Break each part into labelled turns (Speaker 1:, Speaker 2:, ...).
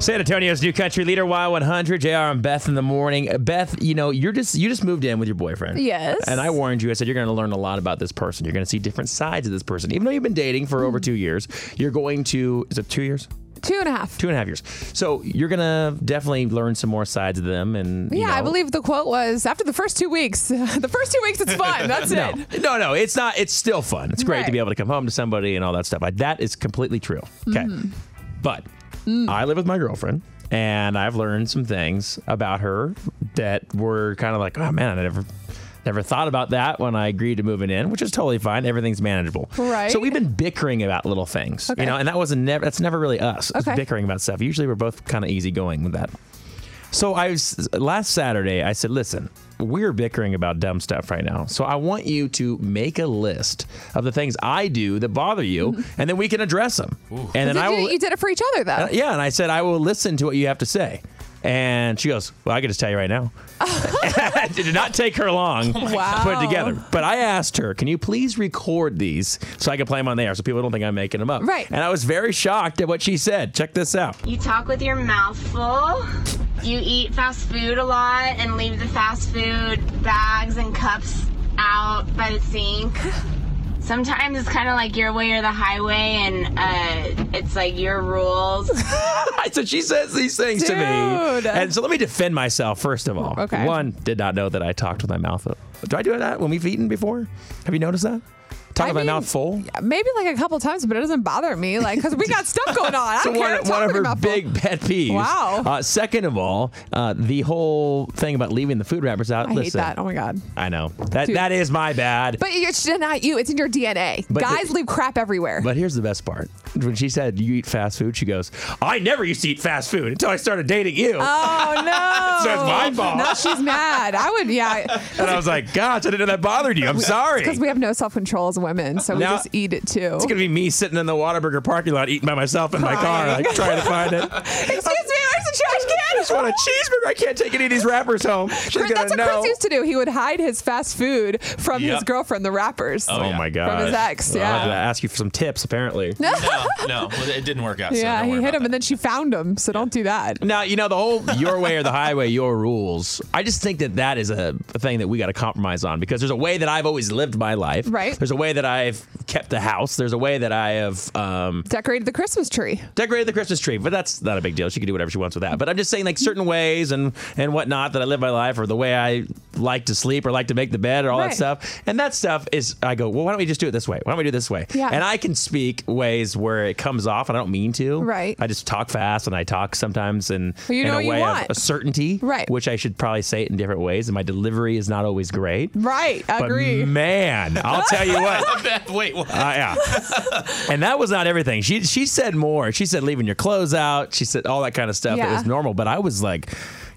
Speaker 1: San Antonio's new country leader Y100 JR and Beth in the morning. Beth, you know, you're just you just moved in with your boyfriend.
Speaker 2: Yes.
Speaker 1: And I warned you. I said you're going to learn a lot about this person. You're going to see different sides of this person. Even though you've been dating for over 2 years, you're going to is it 2 years?
Speaker 2: Two and a half.
Speaker 1: Two and a half years. So you're gonna definitely learn some more sides of them, and you
Speaker 2: yeah, I
Speaker 1: know-
Speaker 2: believe the quote was after the first two weeks, the first two weeks it's fun. That's
Speaker 1: No,
Speaker 2: it.
Speaker 1: no, no. It's not. It's still fun. It's great to
Speaker 2: Right.
Speaker 1: be able to come home to somebody and all that stuff. I, that is completely true. Okay,
Speaker 2: Mm.
Speaker 1: but I live with my girlfriend, and I've learned some things about her that were kind of like, oh man, I never. Never thought about that when I agreed to moving in, which is totally fine. Everything's manageable.
Speaker 2: Right.
Speaker 1: So we've been bickering about little things,
Speaker 2: Okay.
Speaker 1: you know, and that was never. That's never really us. It's
Speaker 2: Okay.
Speaker 1: bickering about stuff. Usually we're both kind of easygoing with that. So I was last Saturday. I said, "Listen, we're bickering about dumb stuff right now. So I want you to make a list of the things I do that bother you, and then we can address them. And then
Speaker 2: Did
Speaker 1: I
Speaker 2: you,
Speaker 1: will, uh,
Speaker 2: you did Mm-hmm. it for each other though.
Speaker 1: yeah. And I said I will listen to what you have to say. And she goes, "Well, I can just tell you right now, it did not take her long to put it
Speaker 2: Oh Wow.
Speaker 1: together. But I asked her, can you please record these so I can play them on the air so people don't think I'm making them up?
Speaker 2: Right.
Speaker 1: And I was very shocked at what she said. Check this out.
Speaker 3: You talk with your mouth full. You eat fast food a lot and leave the fast food bags and cups out by the sink. Sometimes it's kind of like your way or the highway, and uh, it's like your rules.
Speaker 1: so she says these things to
Speaker 2: Dude.
Speaker 1: me. And so let me defend myself, first of all.
Speaker 2: Okay.
Speaker 1: One, did not know that I talked with my mouth up. Do I do that when we've eaten before? Have you noticed that? Talk
Speaker 2: I
Speaker 1: with my
Speaker 2: mean,
Speaker 1: mouth full?
Speaker 2: Maybe like a couple times, but it doesn't bother me. Like, because we got stuff going on. I
Speaker 1: So
Speaker 2: don't care.
Speaker 1: one,
Speaker 2: I'm
Speaker 1: one of
Speaker 2: talking
Speaker 1: her
Speaker 2: about
Speaker 1: big pet peeves.
Speaker 2: Wow.
Speaker 1: Uh, second of all, uh, the whole thing about leaving the food wrappers out.
Speaker 2: I hate
Speaker 1: listen,
Speaker 2: that. Oh my god.
Speaker 1: I know that
Speaker 2: Dude.
Speaker 1: that is my bad.
Speaker 2: But it's not you. It's in your DNA.
Speaker 1: But
Speaker 2: Guys
Speaker 1: the-
Speaker 2: leave crap everywhere.
Speaker 1: But here's the best part. When she said you eat fast food, she goes, "I never used to eat fast food until I started dating you."
Speaker 2: oh no.
Speaker 1: So it's my fault.
Speaker 2: Now she's mad. I would. Yeah.
Speaker 1: and I was like, "Gosh, I didn't know that bothered you. I'm sorry."
Speaker 2: Because we have no self control as women, so
Speaker 1: Now-
Speaker 2: we just eat it too.
Speaker 1: It's gonna be me sitting in the Whataburger parking lot eating by myself in my car, like trying to find it.
Speaker 2: Excuse me, where's the trash
Speaker 1: I
Speaker 2: can?
Speaker 1: just want a cheeseburger. I can't take any of these wrappers home. She's
Speaker 2: Chris-
Speaker 1: gonna
Speaker 2: that's what
Speaker 1: know.
Speaker 2: Chris used to do. He would hide his fast food from his
Speaker 4: Yep.
Speaker 2: girlfriend, the rappers.
Speaker 1: Oh, my god!
Speaker 2: From his ex,
Speaker 1: I'll have
Speaker 2: yeah.
Speaker 1: to ask you for some tips, apparently.
Speaker 4: no, no, well, it didn't work out. so
Speaker 2: yeah,
Speaker 4: don't
Speaker 2: he
Speaker 4: worry
Speaker 2: hit
Speaker 4: about
Speaker 2: him, and then she found him. So don't do that.
Speaker 1: Now you know the whole your way or the highway, your rules. I just think that that is a thing that we got to compromise on because there's a way that I've always lived my life.
Speaker 2: Right.
Speaker 1: There's a way that I've kept the house. There's a way that I have um,
Speaker 2: Decorated the Christmas tree.
Speaker 1: decorated the Christmas tree, but that's not a big deal. She can do whatever she wants with that. But I'm just saying, like certain ways and and whatnot that I live my life, or the way I like to sleep, or like to make the bed, or all that
Speaker 2: Right.
Speaker 1: stuff. And that stuff is, I go, well, why don't we just do it this way? Why don't we do it this way?
Speaker 2: Yeah.
Speaker 1: And I can speak ways where it comes off, and I don't mean to.
Speaker 2: Right.
Speaker 1: I just talk fast, and I talk sometimes in,
Speaker 2: Well, you
Speaker 1: in
Speaker 2: know
Speaker 1: a
Speaker 2: what you
Speaker 1: way
Speaker 2: want.
Speaker 1: of a certainty,
Speaker 2: Right.
Speaker 1: Which I should probably say it in different ways, and my delivery is not always great.
Speaker 2: Right.
Speaker 1: But
Speaker 2: Agree.
Speaker 1: man, I'll tell you what.
Speaker 4: that. Wait, what?
Speaker 1: Uh, yeah. and that was not everything. She she said more. She said leaving your clothes out. She said all that kind of stuff that
Speaker 2: Yeah.
Speaker 1: was normal. But I was like,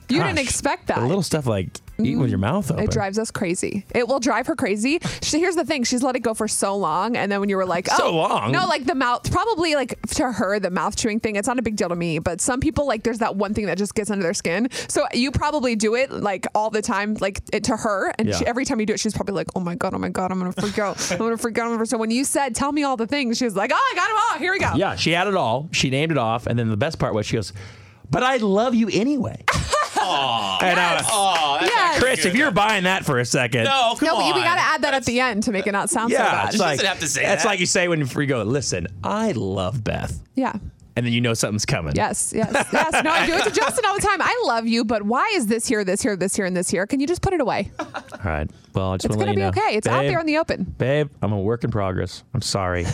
Speaker 2: You didn't
Speaker 1: gosh,
Speaker 2: expect that. Mm-hmm.
Speaker 1: The little stuff like eating with your mouth open.
Speaker 2: It drives us crazy. It will drive her crazy. She, here's the thing: she's let it go for so long, and then when you were like, "Oh,
Speaker 1: So long?
Speaker 2: No, like the mouth. Probably like to her, the mouth chewing thing. It's not a big deal to me, but some people like there's that one thing that just gets under their skin. So you probably do it like all the time, like it, to her, and
Speaker 1: Yeah.
Speaker 2: she, every time you do it, she's probably like, "Oh my god, oh my god, I'm gonna freak out, I'm gonna freak out." I'm gonna-" So when you said, "Tell me all the things," she was like, "Oh, I got them all. Here we go."
Speaker 1: Yeah, she had it all. She named it off, and then the best part was she goes, "But I love you anyway." and uh,
Speaker 4: Oh, that's
Speaker 2: Yes.
Speaker 4: not
Speaker 1: Chris,
Speaker 4: good.
Speaker 1: if you're buying that for a second,
Speaker 4: no, come
Speaker 2: No, but
Speaker 4: on.
Speaker 2: we gotta add that at the end to make it not sound so
Speaker 1: yeah,
Speaker 2: bad.
Speaker 1: it's
Speaker 4: She
Speaker 1: like
Speaker 4: doesn't have to say
Speaker 1: That's
Speaker 4: that.
Speaker 1: like you say when you go, "Listen, I love Beth,"
Speaker 2: yeah.
Speaker 1: and then you know something's coming.
Speaker 2: Yes, yes, yes. No, I do it to Justin all the time. I love you, but why is this here, this here, this here, and this here? Can you just put it away?
Speaker 1: All right. Well, I just want to
Speaker 2: It's going
Speaker 1: let
Speaker 2: to
Speaker 1: you
Speaker 2: be
Speaker 1: know,
Speaker 2: okay. It's out
Speaker 1: Babe,
Speaker 2: there in the open.
Speaker 1: Babe, I'm a work in progress. I'm sorry.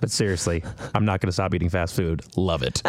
Speaker 1: but seriously, I'm not going to stop eating fast food. Love it.